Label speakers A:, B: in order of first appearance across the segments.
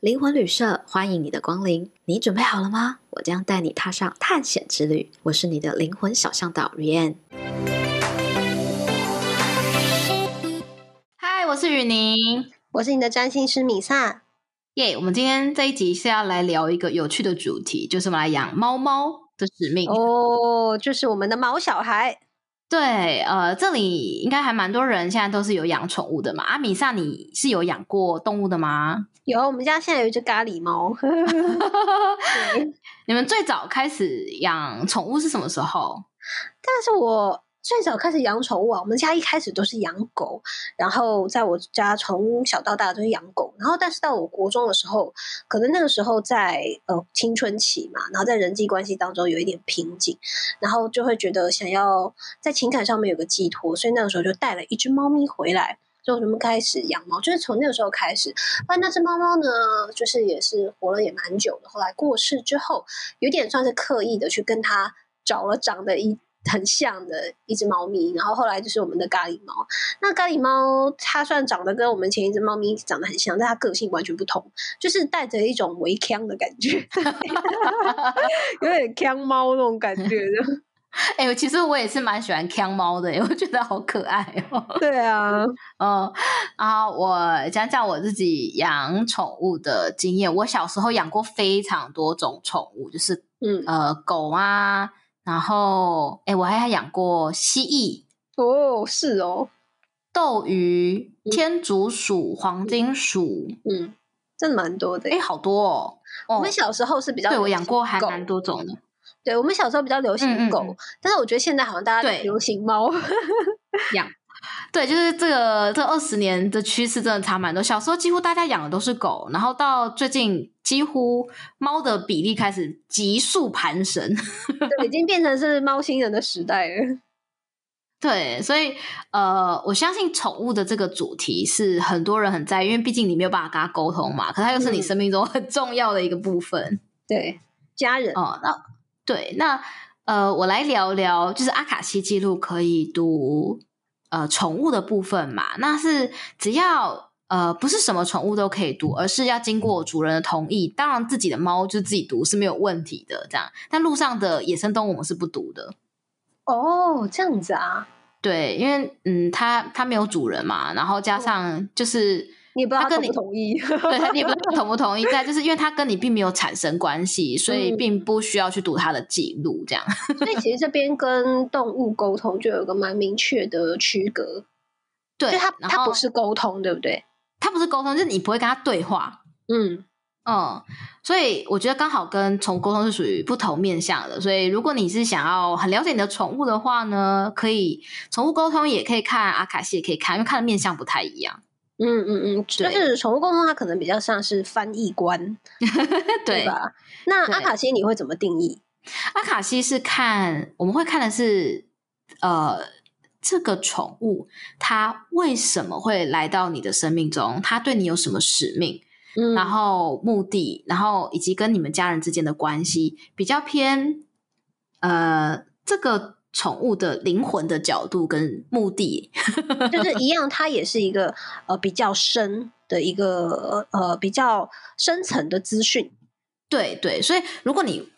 A: 灵魂旅社欢迎你的光临，你准备好了吗？我将带你踏上探险之旅。我是你的灵魂小向导 Rian。
B: 嗨，我是雨宁。
C: 我是你的占星师米萨。
B: 耶、我们今天这一集是要来聊一个有趣的主题，就是我们来养猫猫的使命。
C: 哦，就是我们的毛小孩。
B: 对，呃，这里应该还蛮多人现在都是有养宠物的嘛。阿、啊米萨，你是有养过动物的吗？
C: 有，我们家现在有一只咖喱猫。 对
B: 你们最早开始养宠物是什么时候？
C: 但是我最早开始养宠物啊，我们家一开始都是养狗，然后在我家从小到大都是养狗，然后但是到我国中的时候，可能那个时候在呃青春期嘛，然后在人际关系当中有一点瓶颈，然后就会觉得想要在情感上面有个寄托，所以那个时候就带了一只猫咪回来。所以我们开始养猫，就是从那个时候开始。啊那那只猫猫呢，就是也是活了也蛮久的，后来过世之后，有点算是刻意的去跟它找了长得一很像的一只猫咪，然后后来就是我们的咖喱猫。那咖喱猫它虽然长得跟我们前一只猫咪长得很像，但它个性完全不同，就是带着一种围腔的感觉， 有点腔猫那种感觉。
B: 哎、其实我也是蛮喜欢看猫的，我觉得好可爱哦。
C: 对啊，
B: 嗯啊，我讲讲我自己养宠物的经验。我小时候养过非常多种宠物，就是
C: 嗯，
B: 呃狗啊，然后哎、诶我还养过蜥蜴、
C: 哦，是哦，
B: 斗鱼、
C: 嗯
B: 天竺鼠、黄金鼠，
C: 嗯，真的蛮多的
B: 哎、。好多哦。哦
C: 我们小时候是比较
B: 对我
C: 流
B: 养
C: 行
B: 过还
C: 狗
B: 蛮多种的。
C: 对我们小时候比较流
B: 嗯嗯
C: 行狗，
B: 嗯
C: 但是我觉得现在好像大家
B: 对
C: 流行猫。
B: 对，就是这个这二十年的趋势真的差蛮多。小时候几乎大家养的都是狗，然后到最近几乎猫的比例开始急速攀升。
C: 对，已经变成是猫星人的时代了。
B: 对，所以呃，我相信宠物的这个主题是很多人很在意，因为毕竟你没有办法跟它沟通嘛，可它又是你
C: 嗯
B: 生命中很重要的一个部分
C: 对，家人，
B: 哦。那对，那呃，我来聊聊，就是阿卡西记录可以读呃宠物的部分嘛，那是只要。呃，不是什么宠物都可以读，而是要经过主人的同意。当然，自己的猫就自己读是没有问题的，这样。但路上的野生动物我们是不读的。
C: 哦，这样子啊，
B: 对，因为嗯，它它没有主人嘛，然后加上就是，
C: 你也不知道
B: 它
C: 他
B: 跟
C: 同不
B: 你
C: 同意。
B: 对，它你也不知道同不同意，再就是因为它跟你并没有产生关系，所以
C: 嗯
B: 并不需要去读它的记录，这样。
C: 所以其实这边跟动物沟通就有个蛮明确的区隔，
B: 对，
C: 就它
B: 然
C: 它
B: 后
C: 不是沟通，对不对？
B: 它不是沟通，就是你不会跟它对话，
C: 嗯，
B: 嗯，所以我觉得刚好跟宠物沟通是属于不同面向的，所以如果你是想要很了解你的宠物的话呢，可以宠物沟通也可以看阿卡西，也可以看，因为看的面向不太一样，
C: 嗯嗯嗯，就
B: 对
C: 是宠物沟通，它可能比较像是翻译官，对
B: 对
C: 吧？那
B: 对
C: 阿卡西你会怎么定义？
B: 阿卡西是看我们会看的是，呃，这个宠物它为什么会来到你的生命中？它对你有什么使命？
C: 嗯，
B: 然后目的，然后以及跟你们家人之间的关系，比较偏呃这个宠物的灵魂的角度跟目的。
C: 就是 一样，它也是一个呃比较深的一个呃比较深层的资讯。
B: 对对，所以如果你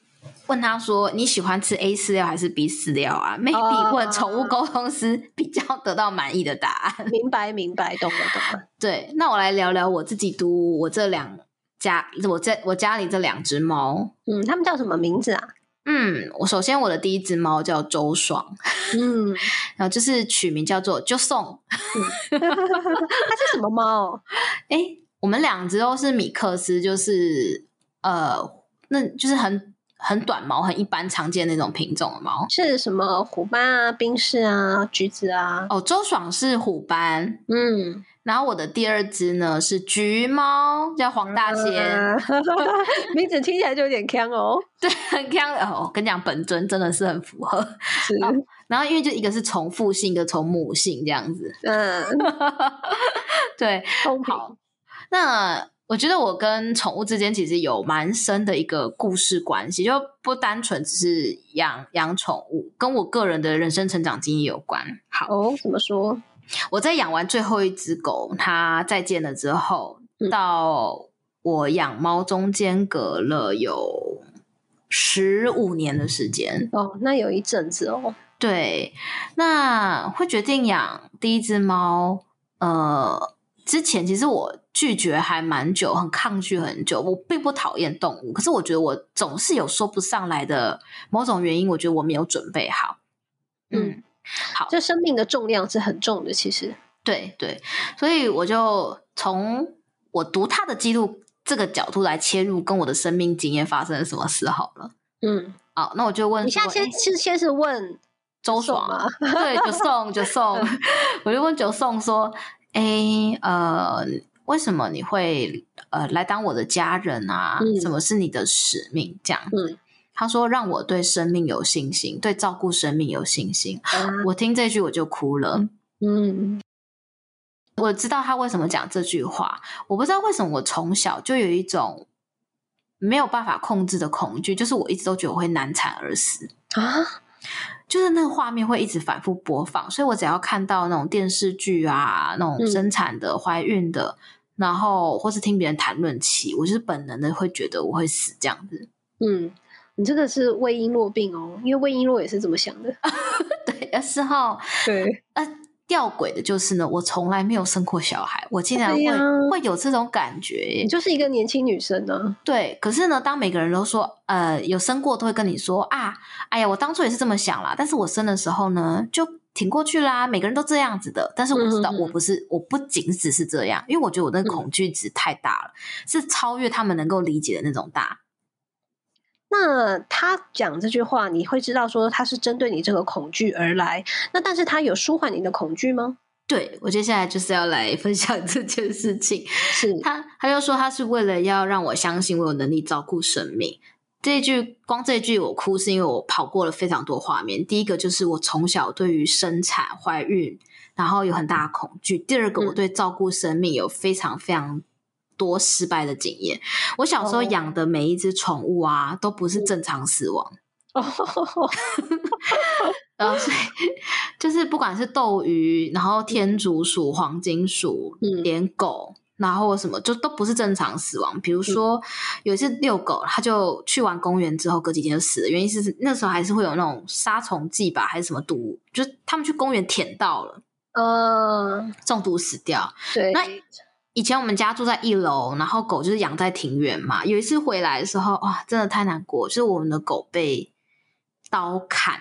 B: 问他说你喜欢吃 A 饲料还是 B 饲料啊？maybe
C: 哦
B: 问宠物沟通师比较得到满意的答案。
C: 明白，明白，懂了，懂了。
B: 对，那我来聊聊我自己读我这两家，我在我家里这两只猫。
C: 嗯，他们叫什么名字啊？
B: 嗯，我首先我的第一只猫叫周爽，
C: 嗯，
B: 然后就是取名叫做就送。
C: 它是什么猫？
B: 诶，我们两只都是米克斯，就是呃，那就是很很短毛、很一般常见那种品种的猫。
C: 是什么虎斑啊、冰室啊、橘子啊？
B: 哦，周爽是虎斑，
C: 嗯，
B: 然后我的第二只呢是橘猫，叫黄大仙。
C: 啊 名字听起来就有点坑哦。
B: 对， 很像哦，我跟你讲，本尊真的是很符合。
C: 是，
B: 然后因为就一个是重复性，一个从母性这样子。
C: 嗯，
B: 对，
C: 公平。
B: 好，那我觉得我跟宠物之间其实有蛮深的一个故事关系，就不单纯只是养养宠物，跟我个人的人生成长经历有关。好，
C: 哦，怎么说？
B: 我在养完最后一只狗，它再见了之后，
C: 嗯
B: 到我养猫中间隔了有十五年的时间。
C: 哦，那有一阵子哦，
B: 对，那会决定养第一只猫，呃，之前其实我拒绝还蛮久，很抗拒很久。我并不讨厌动物，可是我觉得我总是有说不上来的某种原因，我觉得我没有准备好。嗯，好
C: 这生命的重量是很重的，其实。
B: 对对，所以我就从我读他的记录这个角度来切入，跟我的生命经验发生了什么事好了。
C: 嗯，
B: 好，那我就问
C: 你现在
B: 说诶
C: 先是先是问
B: 周
C: 送
B: 爽
C: 吗？
B: 对，九送九送，
C: 嗯
B: 我就问九送说：“哎、呃，为什么你会呃来当我的家人啊？
C: 嗯
B: 什么是你的使命？”这样子，
C: 嗯
B: 他说让我对生命有信心，对照顾生命有信心。
C: 啊
B: 我听这句我就哭了。
C: 嗯，
B: 我知道他为什么讲这句话，我不知道为什么我从小就有一种没有办法控制的恐惧，就是我一直都觉得我会难产而死。
C: 啊，
B: 就是那个画面会一直反复播放，所以我只要看到那种电视剧啊，那种
C: 嗯
B: 生产的、怀孕的，然后或是听别人谈论起，我就是本能的会觉得我会死这样子。
C: 嗯，你这个是魏璎珞病哦，因为魏璎珞也是这么想 的。
B: 对，而是哈，
C: 对，
B: 呃，吊诡的就是呢，我从来没有生过小孩，我竟然
C: 对
B: 会、
C: 呀
B: 会有这种感觉耶
C: 你就是一个年轻女生呢、
B: 对，可是呢，当每个人都说，呃，有生过都会跟你说啊，哎呀，我当初也是这么想啦，但是我生的时候呢，就挺过去啦，每个人都这样子的。但是我知道，
C: 嗯嗯嗯嗯
B: 我不是，我不仅只是这样，因为我觉得我那个恐惧值太大了，是超越他们能够理解的那种大。
C: 那他讲这句话，你会知道说他是针对你这个恐惧而来。那但是他有舒缓你的恐惧吗？
B: 对我接下来就是要来分享这件事情，
C: 是，
B: 他他就说他是为了要让我相信我有能力照顾生命。这一句光这一句我哭是因为我跑过了非常多画面。第一个就是我从小对于生产、怀孕，然后有很大的恐惧；第二个
C: 嗯
B: 我对照顾生命有非常非常多失败的经验。我小时候
C: 哦
B: 养的每一只宠物啊，都不是正常死亡。
C: 哦，
B: 然后呃所以就是不管是斗鱼，然后天竺鼠、黄金鼠、
C: 嗯
B: 连狗，然后什么就都不是正常死亡。比如说、有一次遛狗，它就去完公园之后隔几天就死了，原因是那时候还是会有那种杀虫剂吧，还是什么毒物，就是他们去公园舔到了
C: 呃，
B: 中毒死掉。
C: 对，
B: 那以前我们家住在一楼，然后狗就是养在庭院嘛。有一次回来的时候，哇，真的太难过，就是我们的狗被刀砍。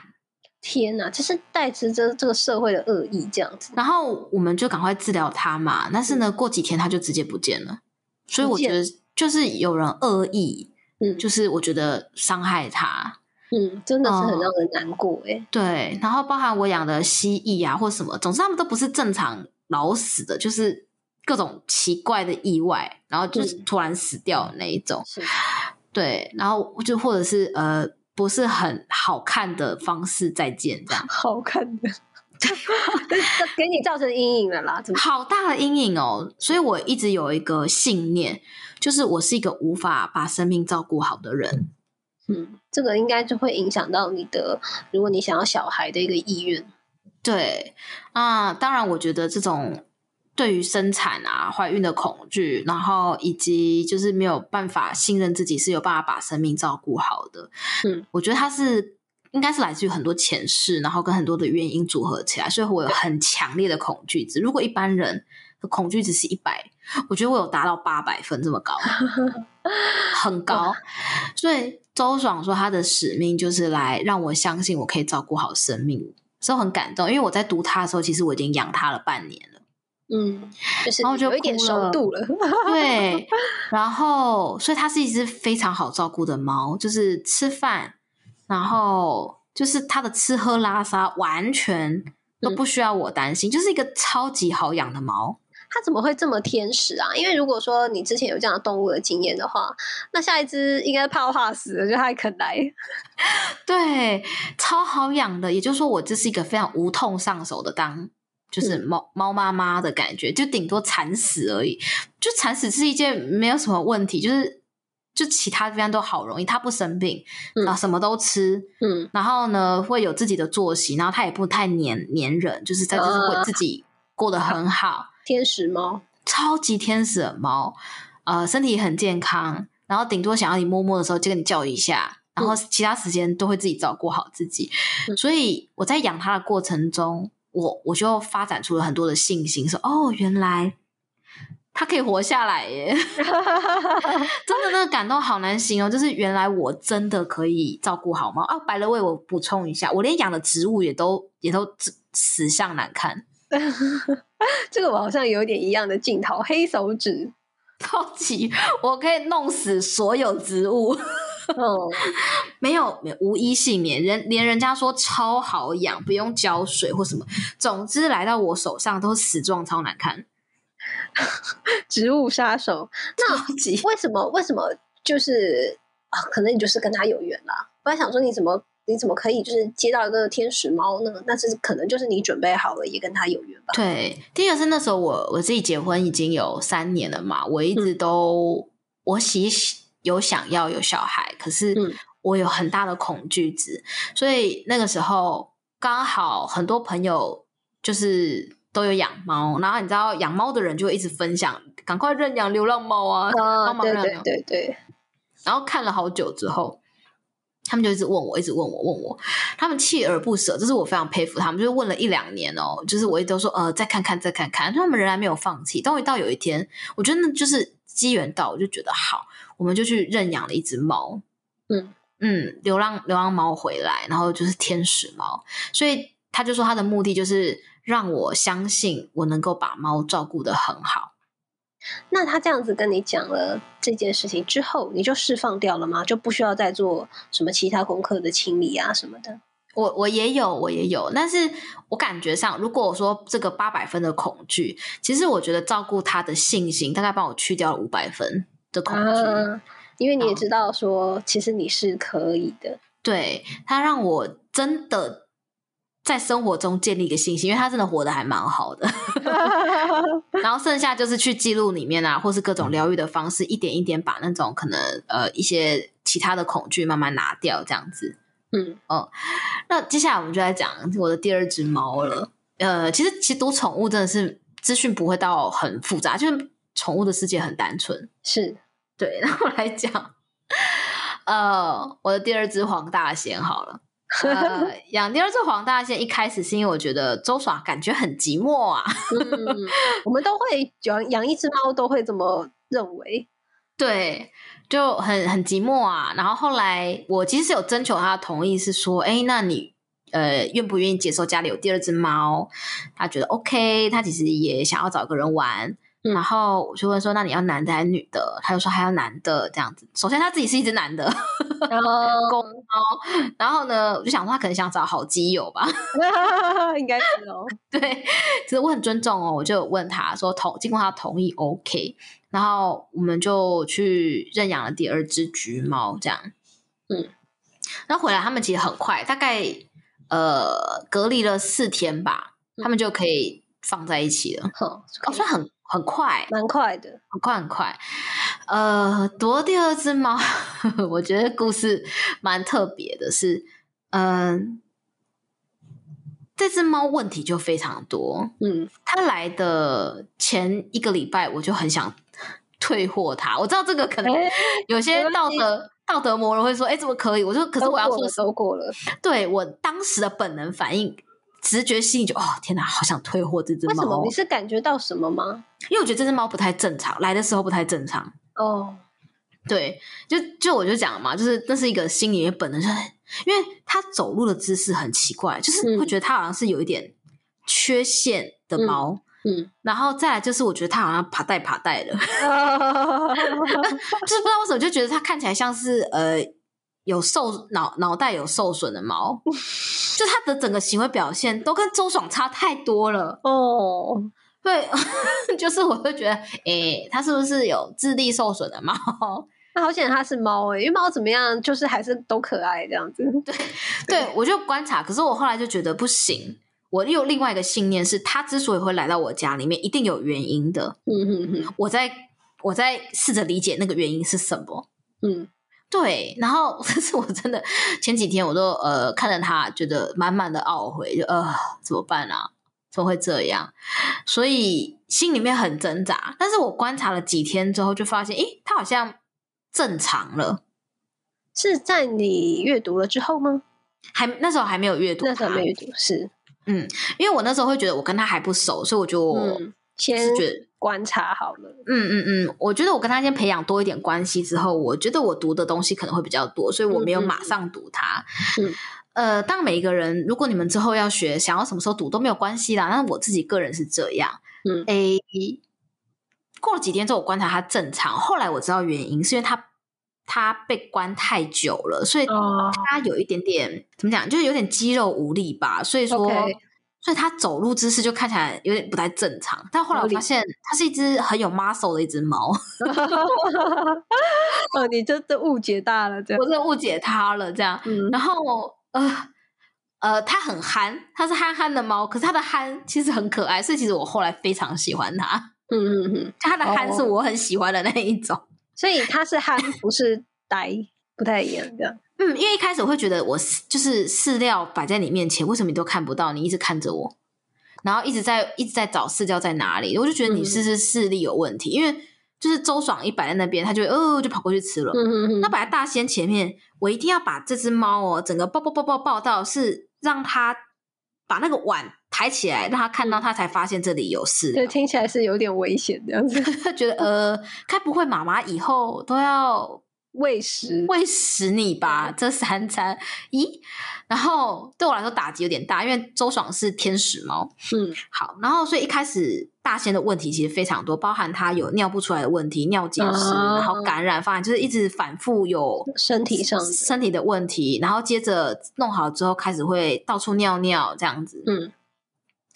C: 天哪，这是带着这这个社会的恶意这样子。
B: 然后我们就赶快治疗它嘛。但是
C: 嗯
B: 呢，过几天它就直接不见了。所以我觉得就是有人恶意，
C: 嗯
B: 就是我觉得伤害它。
C: 嗯，真的是很
B: 哦
C: 让人难过哎、
B: 对，然后包含我养的蜥蜴啊，或什么，总之它们都不是正常老死的，就是各种奇怪的意外，然后就是
C: 嗯
B: 突然死掉的那一种。
C: 是，
B: 对，然后就或者是呃。不是很好看的方式再见，这样
C: 好看 的，这给你造成阴影了啦， 怎么？
B: 好大的阴影哦。所以我一直有一个信念，就是我是一个无法把生命照顾好的人。
C: 嗯，这个应该就会影响到你的，如果你想要小孩的一个意愿。
B: 对啊，当然，我觉得这种对于生产啊、怀孕的恐惧，然后以及就是没有办法信任自己是有办法把生命照顾好的，
C: 嗯，
B: 我觉得它是应该是来自于很多前世，然后跟很多的原因组合起来，所以我有很强烈的恐惧值。如果一般人的恐惧值是一百，我觉得我有达到八百分这么高，很高。所以周爽说他的使命就是来让我相信我可以照顾好生命，所以我很感动。因为我在读他的时候，其实我已经养他了半年了。
C: 嗯，就是
B: 然后就
C: 有一点
B: 哭
C: 熟
B: 了
C: 度了。
B: 对，然后所以它是一只非常好照顾的猫，就是吃饭，然后就是它的吃喝拉撒完全都不需要我担心，就是一个超级好养的猫。
C: 它怎么会这么天使啊？因为如果说你之前有这样的动物的经验的话，那下一只应该怕怕死了，就它还肯来。
B: 对，超好养的。也就是说，我这是一个非常无痛上手的当，就是猫猫妈妈的感觉，就顶多惨死而已。就惨死是一件没有什么问题，就是就其他地方都好容易，它不生病，
C: 嗯
B: 啊，什么都吃，
C: 嗯
B: 然后呢会有自己的作息，然后它也不太黏黏人，就是它就是会自己过得很好，
C: 天使猫，
B: 超级天使的猫。呃身体很健康，然后顶多想要你摸摸的时候就跟你叫一下，然后其他时间都会自己照顾好自己。
C: 嗯
B: 所以我在养它的过程中，我我就发展出了很多的信心，说哦，原来它可以活下来耶！真的那个感动好难形容，就是原来我真的可以照顾好猫啊。白了喂，我补充一下，我连养的植物也都也都死相难看，
C: 这个我好像有点一样的镜头，黑手指，
B: 超级我可以弄死所有植物。
C: 嗯，
B: 没有，没有无一幸免。人连人家说超好养，不用浇水或什么，总之来到我手上都是死状，超难看，
C: 植物杀手。
B: 超级。
C: 为什么？为什么？就是啊，可能你就是跟他有缘啦。我在想说，你怎么你怎么可以就是接到一个天使猫呢？那是可能就是你准备好了，也跟他有缘吧。
B: 对，第一个是那时候我我自己结婚已经有三年了嘛，我一直都、我其实有想要有小孩，可是
C: 嗯
B: 我有很大的恐惧值，所以那个时候刚好很多朋友就是都有养猫，然后你知道养猫的人就会一直分享，赶快认养流浪猫啊，
C: 啊，
B: 帮忙
C: 对
B: 认养
C: 对对对，
B: 然后看了好久之后，他们就一直问我，一直问我，问我，他们锲而不舍，这是我非常佩服他们，就是问了一两年哦，就是我一直都说呃再看看再看看，他们仍然没有放弃。终于到有一天，我觉得那就是机缘到，我就觉得好，我们就去认养了一只猫，
C: 嗯
B: 嗯，流浪流浪猫回来，然后就是天使猫，所以他就说他的目的就是让我相信我能够把猫照顾的很好。
C: 那他这样子跟你讲了这件事情之后，你就释放掉了吗？就不需要再做什么其他功课的清理啊什么的。
B: 我我也有，我也有，但是我感觉上，如果我说这个八百分的恐惧，其实我觉得照顾他的信心大概帮我去掉五百分的恐惧，
C: 啊，因为你也
B: 哦
C: 知道说，其实你是可以的。
B: 对他让我真的在生活中建立一个信心，因为他真的活得还蛮好的。然后剩下就是去记录里面啊，或是各种疗愈的方式，一点一点把那种可能呃一些其他的恐惧慢慢拿掉，这样子。
C: 嗯，
B: 那接下来我们就来讲我的第二只猫了。呃，其实其实读宠物真的是资讯不会到很复杂，就是宠物的世界很单纯。
C: 是
B: 对， 那我来讲，呃，我的第二只黄大仙好了。呃，养第二只黄大仙一开始是因为我觉得周爽感觉很寂寞啊，
C: 嗯，我们都会养养一只猫，都会这么认 为。
B: 对，就很很寂寞啊。然后后来我其实是有征求他的同意，是说，哎，那你呃愿不愿意接受家里有第二只猫？他觉得 OK，他其实也想要找个人玩。
C: 嗯
B: 然后我就问说，那你要男的还是女的？他就说还要男的这样子。首先他自己是一只男的，
C: 然后
B: 公猫。然后呢，我就想说他可能想找好基友吧。
C: 应该是哦。
B: 对，其实我很尊重哦，我就有问他说同经过他同意 OK，然后我们就去认养了第二只橘猫，这样，
C: 嗯，
B: 然后回来他们其实很快，大概呃隔离了四天吧，他们就可以放在一起了，
C: 好，
B: 哦，算很很快，
C: 蛮快的。
B: 很快很快。呃，夺第二只猫， 我觉得故事蛮特别的是，嗯、这只猫问题就非常多，
C: 嗯，
B: 他来的前一个礼拜，我就很想退货他。我知道这个可能
C: 哎
B: 有些
C: 没
B: 道
C: 关系哦
B: 德道德魔人会说：“哎、怎么可以？”我说：“可是
C: 都
B: 我要
C: 过
B: 做
C: 了，都过了。
B: 对我当时的本能反应，直觉心里就哦，天哪，好想退货这只
C: 为什
B: 猫哦
C: 么？你，是感觉到什么吗？
B: 因为我觉得这只猫不太正常，来的时候不太正常。
C: 哦，
B: 对，就就我就讲嘛，就是那是一个心里面本能，就是因为它走路的姿势很奇怪，就是会
C: 嗯
B: 觉得它好像是有一点缺陷的猫。
C: 嗯，
B: 然后再来就是，我觉得它好像爬带爬带的，就是不知道为什么就觉得它看起来像是呃有受脑脑袋有受损的猫，就它的整个行为表现都跟周爽差太多了。
C: 哦，
B: 对， 就是我会觉得，诶、它是不是有智力受损的猫？
C: 那好险它是猫诶、欸因为猫怎么样，就是还是都可爱这样子。
B: 对我就观察，可是我后来就觉得不行。我又有另外一个信念是，它之所以会来到我家里面，一定有原因的。
C: 嗯嗯
B: 我在我在试着理解那个原因是什么。
C: 嗯
B: 对，然后 但是我真的前几天我都呃看着他，觉得满满的懊悔，就呃怎么办啊？怎么会这样？所以心里面很挣扎。但是我观察了几天之后，就发现，诶，它好像正常了。
C: 是在你阅读了之后吗？
B: 还那时候还没有阅读它，
C: 那时候没阅读，是
B: 因为我那时候会觉得我跟他还不熟，所以我就、
C: 嗯，先
B: 是觉得，
C: 观察好了。
B: 嗯嗯嗯，我觉得我跟他先培养多一点关系之后，我觉得我读的东西可能会比较多，所以我没有
C: 嗯嗯
B: 马上读它。
C: 嗯
B: 呃，当每一个人，如果你们之后要学，想要什么时候读都没有关系啦。但是我自己个人是这样，
C: 嗯
B: 诶，过了几天之后，我观察它正常，后来我知道原因是因为它它被关太久了，所以
C: 哦，
B: 他有一点点怎么讲，就是有点肌肉无力吧，所以说
C: OK
B: 所以他走路姿势就看起来有点不太正常。但后来我
C: 合理
B: 发现，它是一只很有 muscle 的一只猫，
C: 哦，你真的误解大了，这样
B: 我。真的误解它了。这样，
C: 嗯，
B: 然后呃呃，它很憨，它是憨憨的猫，可是它的憨其实很可爱，所以其实我后来非常喜欢它。
C: 嗯嗯嗯，
B: 它的憨是
C: 哦
B: 我很喜欢的那一种。
C: 所以他是憨，不是呆，不太一样这样。
B: 嗯，因为一开始我会觉得我饲就是饲料摆在你面前，为什么你都看不到？你一直看着我，然后一直在一直在找饲料在哪里，我就觉得你
C: 嗯
B: 是不是视力有问题？因为就是周爽一摆在那边，他就会哦就跑过去吃了。
C: 嗯嗯
B: 那摆在大仙前面，我一定要把这只猫哦，整个抱抱抱抱抱到是让它把那个碗抬起来，让它看
C: 嗯
B: 到它才发现这里有饲
C: 对，
B: 料。
C: 听起来是有点危险这样子。
B: 他觉得呃，该不会妈妈以后都要
C: 喂食，
B: 喂食你吧，这三餐，咦？然后对我来说打击有点大，因为周爽是天使猫。
C: 嗯
B: 好，然后所以一开始大仙的问题其实非常多，包含他有尿不出来的问题、尿结石，
C: 哦
B: 然后感染，反正就是一直反复有
C: 身体上的
B: 身体的问题，然后接着弄好之后开始会到处尿尿这样子，
C: 嗯，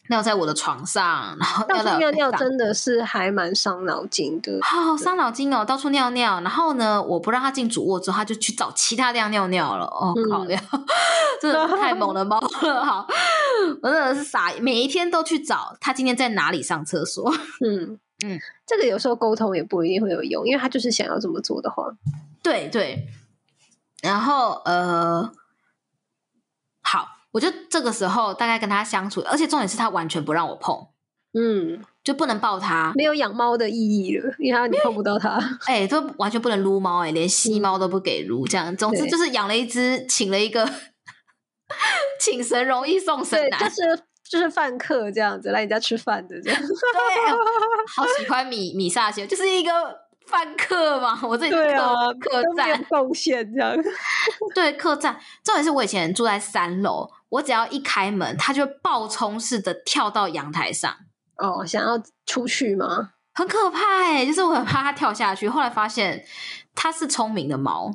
B: 尿在我的床上，然后
C: 到
B: 在
C: 处
B: 我
C: 尿
B: 背
C: 尿
B: 上
C: 真的是还蛮伤脑筋的。
B: 好、伤脑筋哦，到处尿尿。然后呢，我不让他进主卧之后，他就去找其他地方尿尿了。哦、
C: 嗯
B: 靠 呀，真的是太猛了猫了！好，我真的是傻，每一天都去找他今天在哪里上厕所。
C: 嗯
B: 嗯
C: 嗯，这个有时候沟通也不一定会有用，因为他就是想要这么做的话，
B: 对对，然后呃，好，我就这个时候大概跟他相处，而且重点是他完全不让我碰，
C: 嗯，
B: 就不能抱他，
C: 没有养猫的意义了，因为它你碰不到 它。
B: 哎、都完全不能撸猫哎，连吸猫都不给撸，这样。总之
C: 嗯对
B: 就是养了一只，请了一个，请神容易送神
C: 对，
B: 难
C: 就。是就是饭客这样子来你家吃饭的 这样。
B: 对，哎好喜欢米米萨修，就是一个饭客嘛，我这里是
C: 对
B: 客、
C: 啊，
B: 客
C: 都没有
B: 栈，
C: 贡献这样。
B: 对客栈。重点是我以前住在三楼，我只要一开门，它就会暴冲似的跳到阳台上。
C: 哦，想要出去吗？
B: 很可怕哎、就是我很怕它跳下去。后来发现它是聪明的猫，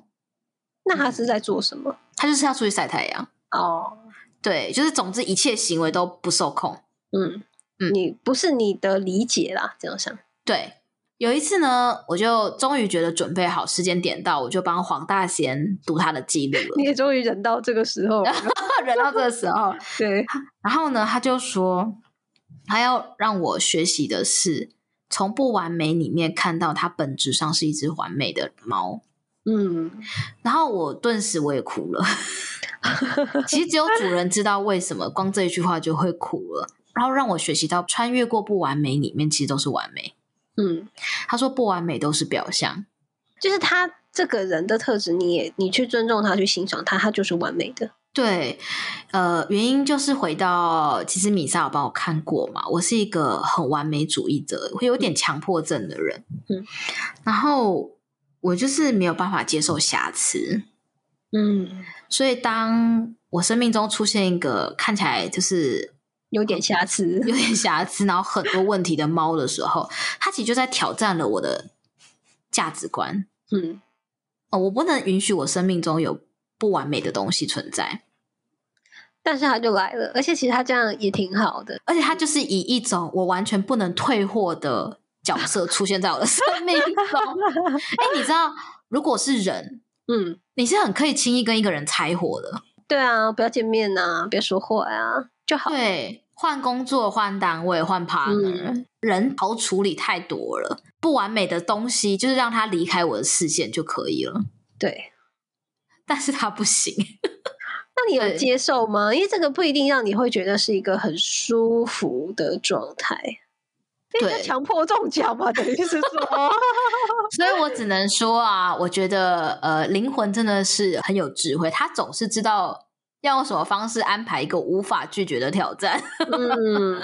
C: 那他
B: 嗯
C: 是在做什么？
B: 它就是要出去晒太阳。
C: 哦，
B: 对，就是总之一切行为都不受控。
C: 嗯
B: 嗯
C: 你不是你的理解啦，这样想。
B: 对，有一次呢，我就终于觉得准备好时间点到，我就帮黄大贤读他的记录
C: 你
B: 了。
C: 也终于忍到这个时 候了，
B: 忍到这个时候，
C: 对，
B: 然后呢，他就说他要让我学习的是从不完美里面看到它本质上是一只完美的猫。
C: 嗯，
B: 然后我顿时我也哭了。其实只有主人知道为什么，光这一句话就会哭了。然后让我学习到穿越过不完美里面，其实都是完美。
C: 嗯，
B: 他说不完美都是表象。
C: 就是他这个人的特质，你也你去尊重他，去欣赏他，他就是完美的。
B: 对，呃，原因就是回到，其实米莎有帮我看过嘛，我是一个很完美主义者，会有点强迫症的人，
C: 嗯，
B: 然后我就是没有办法接受瑕疵，
C: 嗯，
B: 所以当我生命中出现一个看起来就是
C: 有点瑕疵。
B: 有点瑕疵，然后很多问题的猫的时候，它其实就在挑战了我的价值观，
C: 嗯，
B: 呃，我不能允许我生命中有不完美的东西存在，
C: 但是他就来了，而且其实他这样也挺好的。
B: 而且他就是以一种我完全不能退货的角色出现在我的生命中。哎、你知道，如果是人，
C: 嗯，
B: 你是很可以轻易跟一个人拆伙的。
C: 对啊，不要见面呐、不要说话啊，就好。
B: 对，换工作、换单位、换 partner，、人
C: 嗯
B: 好处理太多了。不完美的东西，就是让他离开我的视线就可以了。
C: 对，
B: 但是他不行，
C: 那你有
B: 对
C: 接受吗？因为这个不一定让你会觉得是一个很舒服的状态。因为
B: 对
C: 就强迫中奖嘛，等于是说，
B: 所以我只能说啊，我觉得呃，灵魂真的是很有智慧，他总是知道要用什么方式安排一个无法拒绝的挑战，
C: 嗯，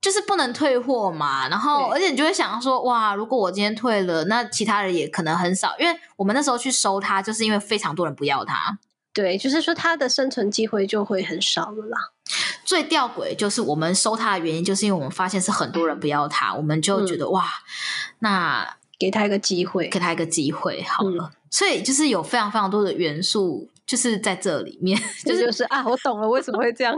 B: 就是不能退货嘛。然后，
C: 对
B: 而且你就会想说，哇，如果我今天退了，那其他人也可能很少，因为我们那时候去收它，就是因为非常多人不要它。
C: 对，就是说他的生存机会就会很少了啦。
B: 最吊诡就是我们收它的原因，就是因为我们发现是很多人不要它，我们就觉得、哇，那
C: 给他一个机会
B: 给，他一个机会好了。所以就是有非常非常多的元素，就是在这里面，
C: 这就是啊，我懂了，为什么会这 样？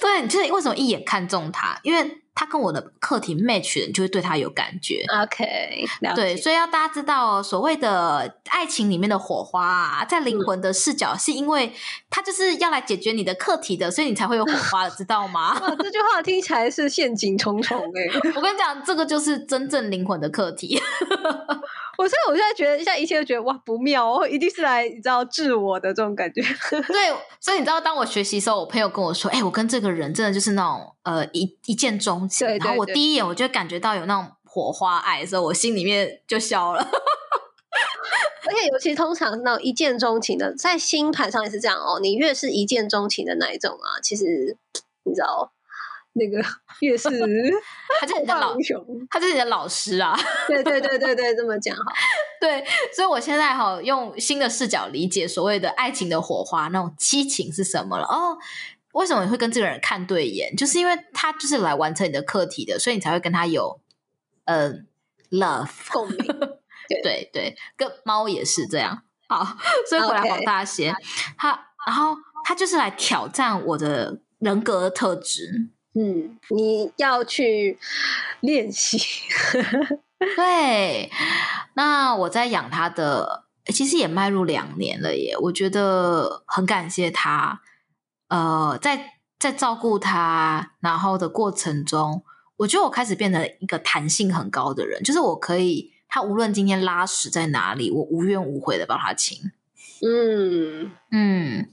B: 对，你就是为什么一眼看中他？因为他跟我的课题 match 了，你就会对他有感觉。
C: OK，了解。
B: 对，所以要大家知道哦，所谓的爱情里面的火花啊，在灵
C: 嗯
B: 魂的视角，是因为他就是要来解决你的课题的，所以你才会有火花的，知道吗？
C: 哇，这句话听起来是陷阱重重哎、
B: 我跟你讲，这个就是真正灵魂的课题。
C: 我所以我现在觉得，现在一切都觉得哇不妙哦，一定是来你知道治我的这种感觉。
B: 对，所以你知道，当我学习的时候，我朋友跟我说：“哎、我跟这个人真的就是那种呃一一见钟情。
C: 对对
B: 然后我
C: 对
B: 第一眼我就感觉到有那种火花爱的时候，我心里面就消了。
C: 而且尤其通常那种一见钟情的，在星盘上也是这样哦。你越是一见钟情的那一种啊，其实你知道那个 越是
B: 他就是
C: 后
B: 你的老
C: 患无穷。
B: 他就是你的老师啊。
C: 对对对对对，这么讲好。
B: 对，所以我现在哈用新的视角理解所谓的爱情的火花，那种激情是什么了。哦，为什么你会跟这个人看对眼？就是因为他就是来完成你的课题的，所以你才会跟他有呃 love。
C: 共鸣。
B: 对对，跟猫也是这样。好，所以回来
C: OK
B: 黄大仙他然后他就是来挑战我的人格特质。
C: 嗯，你要去练习。
B: 对，那我在养它的，其实也迈入两年了耶，我觉得很感谢它。呃，在在照顾它，然后的过程中，我觉得我开始变得一个弹性很高的人，就是我可以，它无论今天拉屎在哪里，我无怨无悔的帮它清。
C: 嗯，
B: 嗯，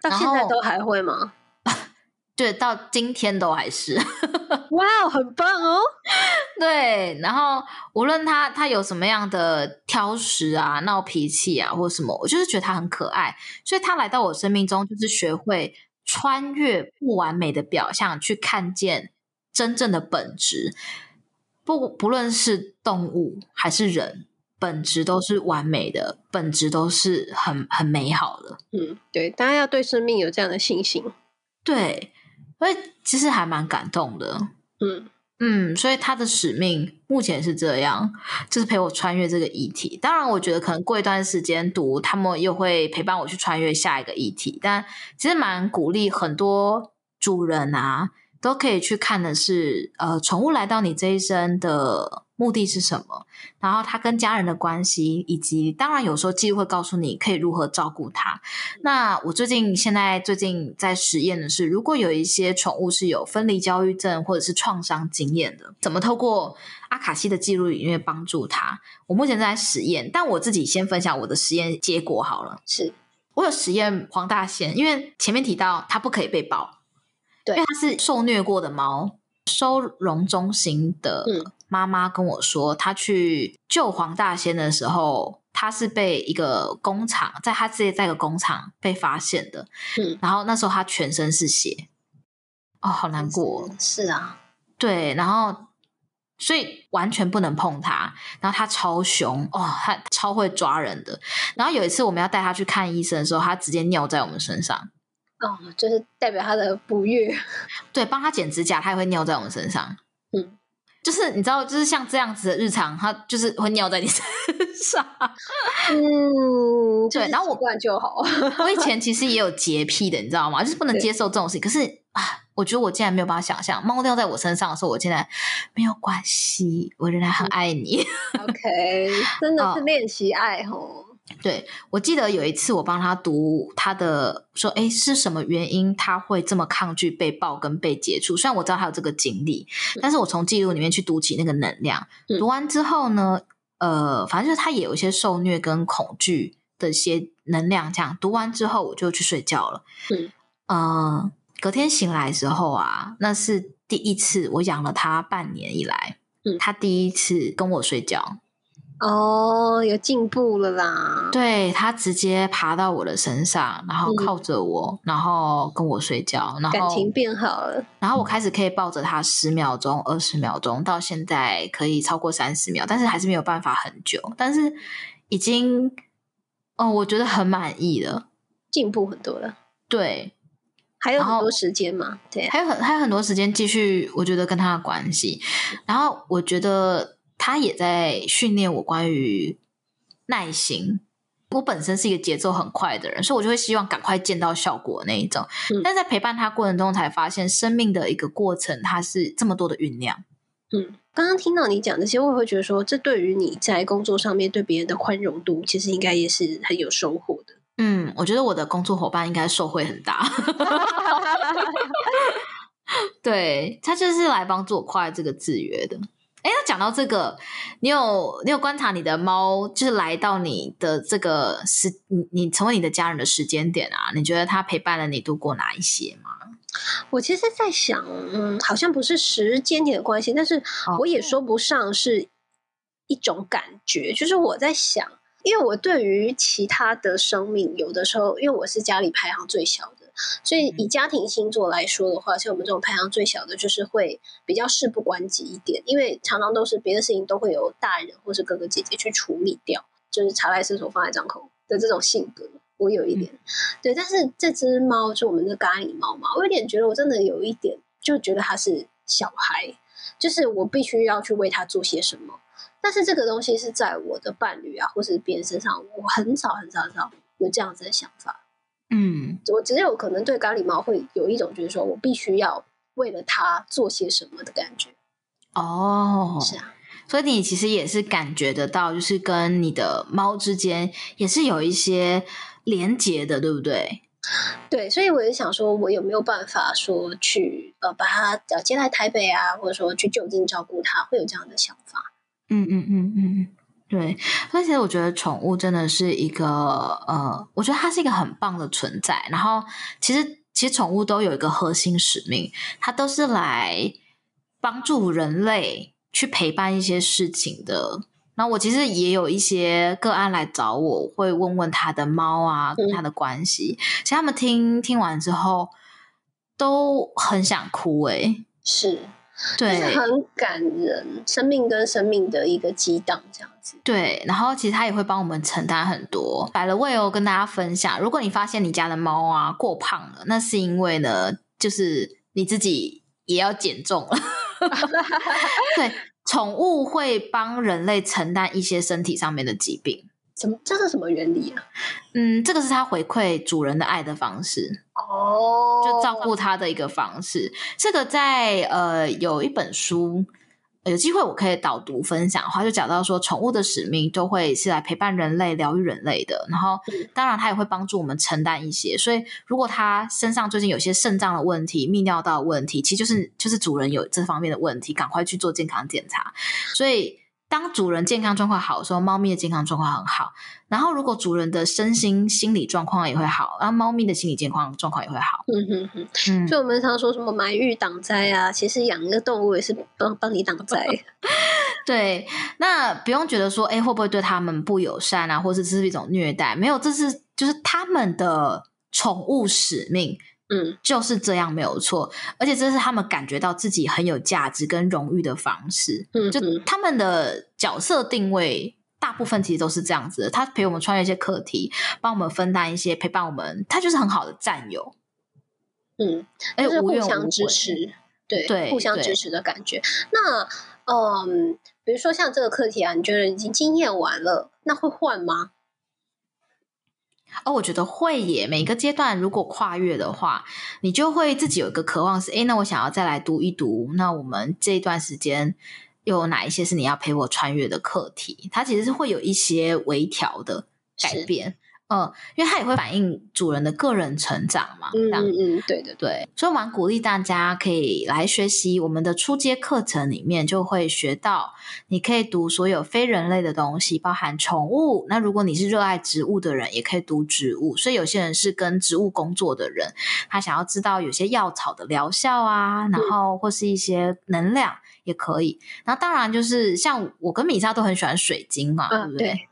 C: 到
B: 然
C: 现在
B: 后
C: 都还会吗？
B: 对，到今天都还是。
C: 哇哦，很棒哦！
B: 对，然后无论他他有什么样的挑食啊、闹脾气啊，或什么，我就是觉得他很可爱，所以他来到我生命中，就是学会穿越不完美的表象，去看见真正的本质。不，不论是动物还是人，本质都是完美的，本质都是很很美好的。
C: 嗯，对，大家要对生命有这样的信心。
B: 对，所以其实还蛮感动的。
C: 嗯，
B: 嗯，所以他的使命目前是这样，就是陪我穿越这个议题。当然，我觉得可能过一段时间读，他们又会陪伴我去穿越下一个议题。但其实蛮鼓励很多主人啊，都可以去看的是，呃，宠物来到你这一生的目的是什么，然后它跟家人的关系，以及当然有时候记录会告诉你可以如何照顾它。那我最近现在最近在实验的是，如果有一些宠物是有分离焦虑症或者是创伤经验的，怎么透过阿卡西的记录里面帮助它？我目前在实验，但我自己先分享我的实验结果好了。
C: 是
B: 我有实验黄大仙，因为前面提到它不可以被抱，
C: 对
B: 因为它是受虐过的猫。收容中心的
C: 嗯
B: 妈妈跟我说，她去救黄大仙的时候，她是被一个工厂，在她自己在一个工厂被发现的。
C: 嗯，
B: 然后那时候她全身是血，哦，好难过哦。
C: 是啊，
B: 对，然后所以完全不能碰它，然后它超凶哦，它超会抓人的。然后有一次我们要带它去看医生的时候，它直接尿在我们身上，
C: 哦，就是代表他的不悦。
B: 对，帮它剪指甲，它也会尿在我们身上。
C: 嗯，
B: 就是你知道，就是像这样子的日常，它就是会尿在你身上。
C: 嗯，
B: 对然后我
C: 管就 好。
B: 我以前其实也有洁癖的，你知道吗？就是不能
C: 对
B: 接受这种事情。可是啊，我觉得我竟然没有办法想象，猫尿在我身上的时候，我竟然没有关系，我仍然
C: 嗯
B: 很爱你。
C: OK，真的
B: 哦
C: 是练习爱吼。
B: 对，我记得有一次我帮他读他的，说，诶，是什么原因他会这么抗拒被抱跟被接触？虽然我知道他有这个经历，但是我从记录里面去读起那个能量。
C: 嗯
B: 读完之后呢，呃，反正就是他也有一些受虐跟恐惧的一些能量，这样读完之后我就去睡觉了。
C: 嗯，
B: 呃，隔天醒来之后啊，那是第一次我养了它半年以来，
C: 嗯
B: 它第一次跟我睡觉，
C: 哦，有进步了啦。
B: 对它直接爬到我的身上，然后
C: 嗯
B: 靠着我，然后跟我睡觉，然后
C: 感情变好了，
B: 然后我开始可以抱着它十秒钟、二十秒钟，到现在可以超过三十秒，但是还是没有办法很久，但是已经，哦，我觉得很满意了。
C: 进步很多了，
B: 对，
C: 还有
B: 然
C: 很
B: 后
C: 多时间嘛。对，啊
B: 还有很还有很多时间继续，我觉得跟它的关系。然后我觉得它也在训练我关于耐心。我本身是一个节奏很快的人，所以我就会希望赶快见到效果那一种。
C: 嗯
B: 但在陪伴它过程中，才发现生命的一个过程，它是这么多的酝酿。
C: 嗯，刚刚听到你讲这些，我也会觉得说，这对于你在工作上面对别人的宽容度，其实应该也是很有收获的。
B: 嗯，我觉得我的工作伙伴应该受惠很大， 对他就是来帮助我跨这个制约的。哎，那讲到这个，你有你有观察你的猫，就是来到你的这个时，你你成为你的家人的时间点啊？你觉得它陪伴了你度过哪一些吗？
C: 我其实，在想，嗯，好像不是时间点的关系，但是我也说不上是一种感觉，就是我在想，因为我对于其他的生命，有的时候，因为我是家里排行最小的，所以以家庭星座来说的话，像我们这种排行最小的，就是会比较事不关己一点，因为常常都是别的事情都会有大人或是哥哥姐姐去处理掉，就是茶来伸手，饭来张口的这种性格。我有一点，对，但是这只猫就我们的咖喱猫嘛，我有点觉得我真的有一点就觉得它是小孩，就是我必须要去为它做些什么。但是这个东西是在我的伴侣啊，或是别人身上，我很少很少很少有这样子的想法。
B: 嗯
C: 我只有可能对咖喱猫会有一种，就是说我必须要为了它做些什么的感觉。
B: 哦，
C: 是啊，
B: 所以你其实也是感觉得到，就是跟你的猫之间也是有一些连结的，对不对？
C: 对，所以我也想说，我有没有办法说去呃把它呃接来台北啊，或者说去就近照顾它，会有这样的想法。
B: 嗯嗯嗯嗯，嗯，对。而且我觉得宠物真的是一个呃，我觉得它是一个很棒的存在。然后其实其实宠物都有一个核心使命，它都是来帮助人类去陪伴一些事情的。然后我其实也有一些个案来找我，我会问问他的猫啊，
C: 嗯
B: 跟他的关系。其实他们听听完之后，都很想哭诶、
C: 是，
B: 对，
C: 就是很感人，生命跟生命的一个激荡这样子。
B: 对，然后其实它也会帮我们承担很多。百了味哦，跟大家分享，如果你发现你家的猫啊过胖了，那是因为呢，就是你自己也要减重了。对，宠物会帮人类承担一些身体上面的疾病。
C: 怎么这是什么原理啊？
B: 嗯，这个是它回馈主人的爱的方式。
C: 哦
B: 就照顾他的一个方式。这个在呃有一本书，呃有机会我可以导读分享的话，就讲到说宠物的使命都会是来陪伴人类、疗愈人类的。然后
C: 嗯
B: 当然它也会帮助我们承担一些。所以如果它身上最近有些肾脏的问题、泌尿道的问题，其实就是就是主人有这方面的问题，赶快去做健康检查。所以。当主人健康状况好的时候，猫咪的健康状况很好。然后，如果主人的身心心理状况也会好，然后猫咪的心理健康状况也会好。
C: 嗯哼哼，
B: 嗯，
C: 就我们常说什么埋育挡灾啊，其实养一个动物也是帮帮你挡 灾。
B: 对，那不用觉得说，哎，会不会对他们不友善啊，或者是一种虐待？没有，这是就是他们的宠物使命
C: 嗯
B: 就是这样，没有错。而且这是他们感觉到自己很有价值跟荣誉的方式，
C: 嗯
B: 就
C: 哼，
B: 他们的角色定位。大部分其实都是这样子的，他陪我们穿越一些课题，帮我们分担一些，陪伴我们，他就是很好的战友，
C: 嗯，
B: 而
C: 就是
B: 且无
C: 互
B: 怨
C: 相
B: 无
C: 支
B: 悔。
C: 持，对，
B: 对
C: 互相支
B: 对
C: 持的感觉。那嗯，比如说像这个课题啊，你觉得已经经验完了，那会换吗？
B: 哦，我觉得会耶。每个阶段如果跨越的话，你就会自己有一个渴望是，诶，那我想要再来读一读。那我们这一段时间又有哪一些是你要陪我穿越的课题？它其实是会有一些微调的改
C: 是
B: 变。嗯，因为它也会反映主人的个人成长嘛，这
C: 嗯
B: 样
C: 嗯嗯，对的，
B: 对，所以我蛮鼓励大家可以来学习我们的初阶课程里面就会学到，你可以读所有非人类的东西，包含宠物。那如果你是热爱植物的人，也可以读植物。所以有些人是跟植物工作的人，他想要知道有些药草的疗效啊，然后或是一些能量也可以。然后当然就是像我跟米莎都很喜欢水晶嘛，对
C: 嗯
B: 不对？
C: 对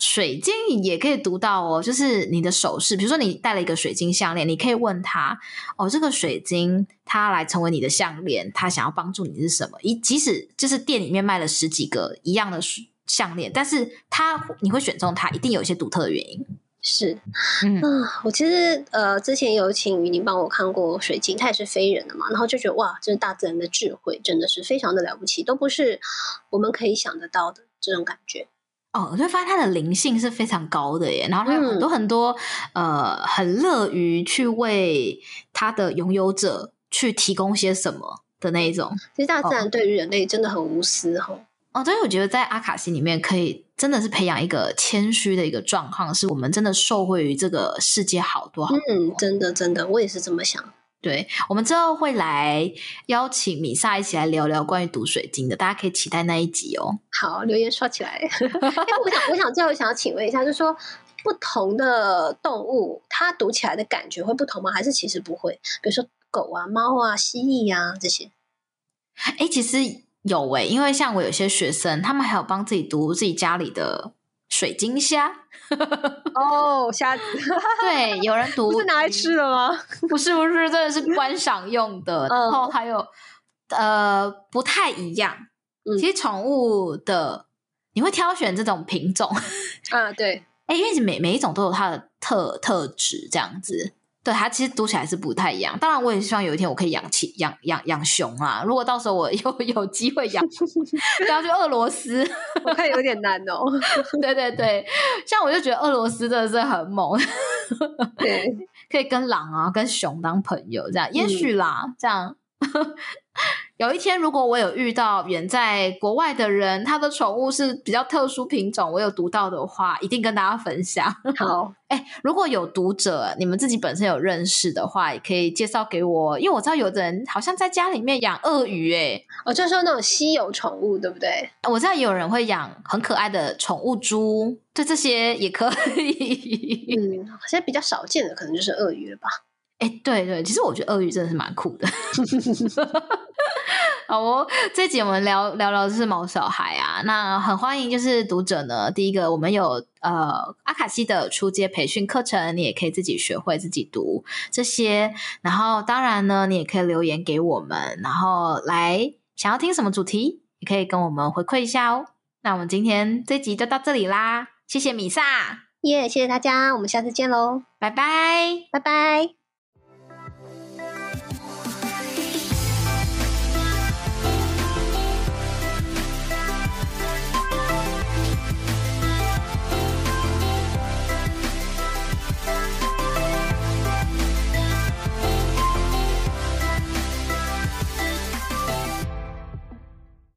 B: 水晶也可以读到哦，就是你的首饰，比如说你戴了一个水晶项链，你可以问他哦，这个水晶它来成为你的项链，它想要帮助你是什么？一即使就是店里面卖了十几个一样的水项链，但是它你会选中它，一定有一些独特的原因。
C: 是。
B: 嗯
C: 嗯，我其实呃之前有请雨林帮我看过水晶，它也是非人的嘛，然后就觉得哇，这是大自然的智慧，真的是非常的了不起，都不是我们可以想得到的这种感觉。
B: 哦，我就发现它的灵性是非常高的耶，然后它有很多很多、呃，很乐于去为它的拥有者去提供些什么的那一种。
C: 其实大自然对于人类真的很无私吼、
B: 哦，但是我觉得在阿卡西里面，可以真的是培养一个谦虚的一个状况，是我们真的受惠于这个世界好多好。
C: 嗯，真的真的，我也是这么想。
B: 对我们之后会来邀请米萨一起来聊聊关于毒水晶的，大家可以期待那一集哦。
C: 好，留言刷起来。 哎，我想我想最后想要请问一下，就是说。不同的动物，它读起来的感觉会不同吗？还是其实不会？比如说狗啊、猫啊、蜥蜴啊这些。
B: 哎，其实有哎，因为像我有些学生，他们还有帮自己读自己家里的水晶虾。
C: 哦，虾子
B: 对，有人读
C: 不是拿来吃的吗？
B: 不是不是，真的是观赏用的。
C: 嗯
B: 然后还有呃，不太一样。
C: 嗯
B: 其实宠物的你会挑选这种品种，
C: 啊，对，
B: 哎，因为每每一种都有它的特特质，这样子。对它其实读起来是不太一样，当然我也希望有一天我可以养起养养养熊啊！如果到时候我 有有机会养，不要去俄罗斯，
C: 我看有点难哦。
B: 对对对，像我就觉得俄罗斯真的是很猛，
C: 对，
B: 可以跟狼啊、跟熊当朋友，这样也许啦，这样。 有一天，如果我有遇到远在国外的人，他的宠物是比较特殊品种，我有读到的话，一定跟大家分享。
C: 好，
B: 哎，如果有读者你们自己本身有认识的话，也可以介绍给我，因为我知道有的人好像在家里面养鳄鱼、诶
C: 我哦就说那种稀有宠物，对不对？
B: 我知道也有人会养很可爱的宠物猪，对这些也可以。
C: 嗯，现在比较少见的可能就是鳄鱼了吧。
B: 哎，对对，其实我觉得鳄鱼真的是蛮酷的。 好哦，这集我们聊聊聊的是毛小孩啊，那很欢迎就是读者呢，第一个我们有呃阿卡西的初阶培训课程，你也可以自己学会自己读这些，然后当然呢，你也可以留言给我们，然后来想要听什么主题，也可以跟我们回馈一下哦。那我们今天这集就到这里啦，谢谢米萨，
C: 耶谢谢大家，我们下次见喽，
B: 拜拜。
C: 拜拜。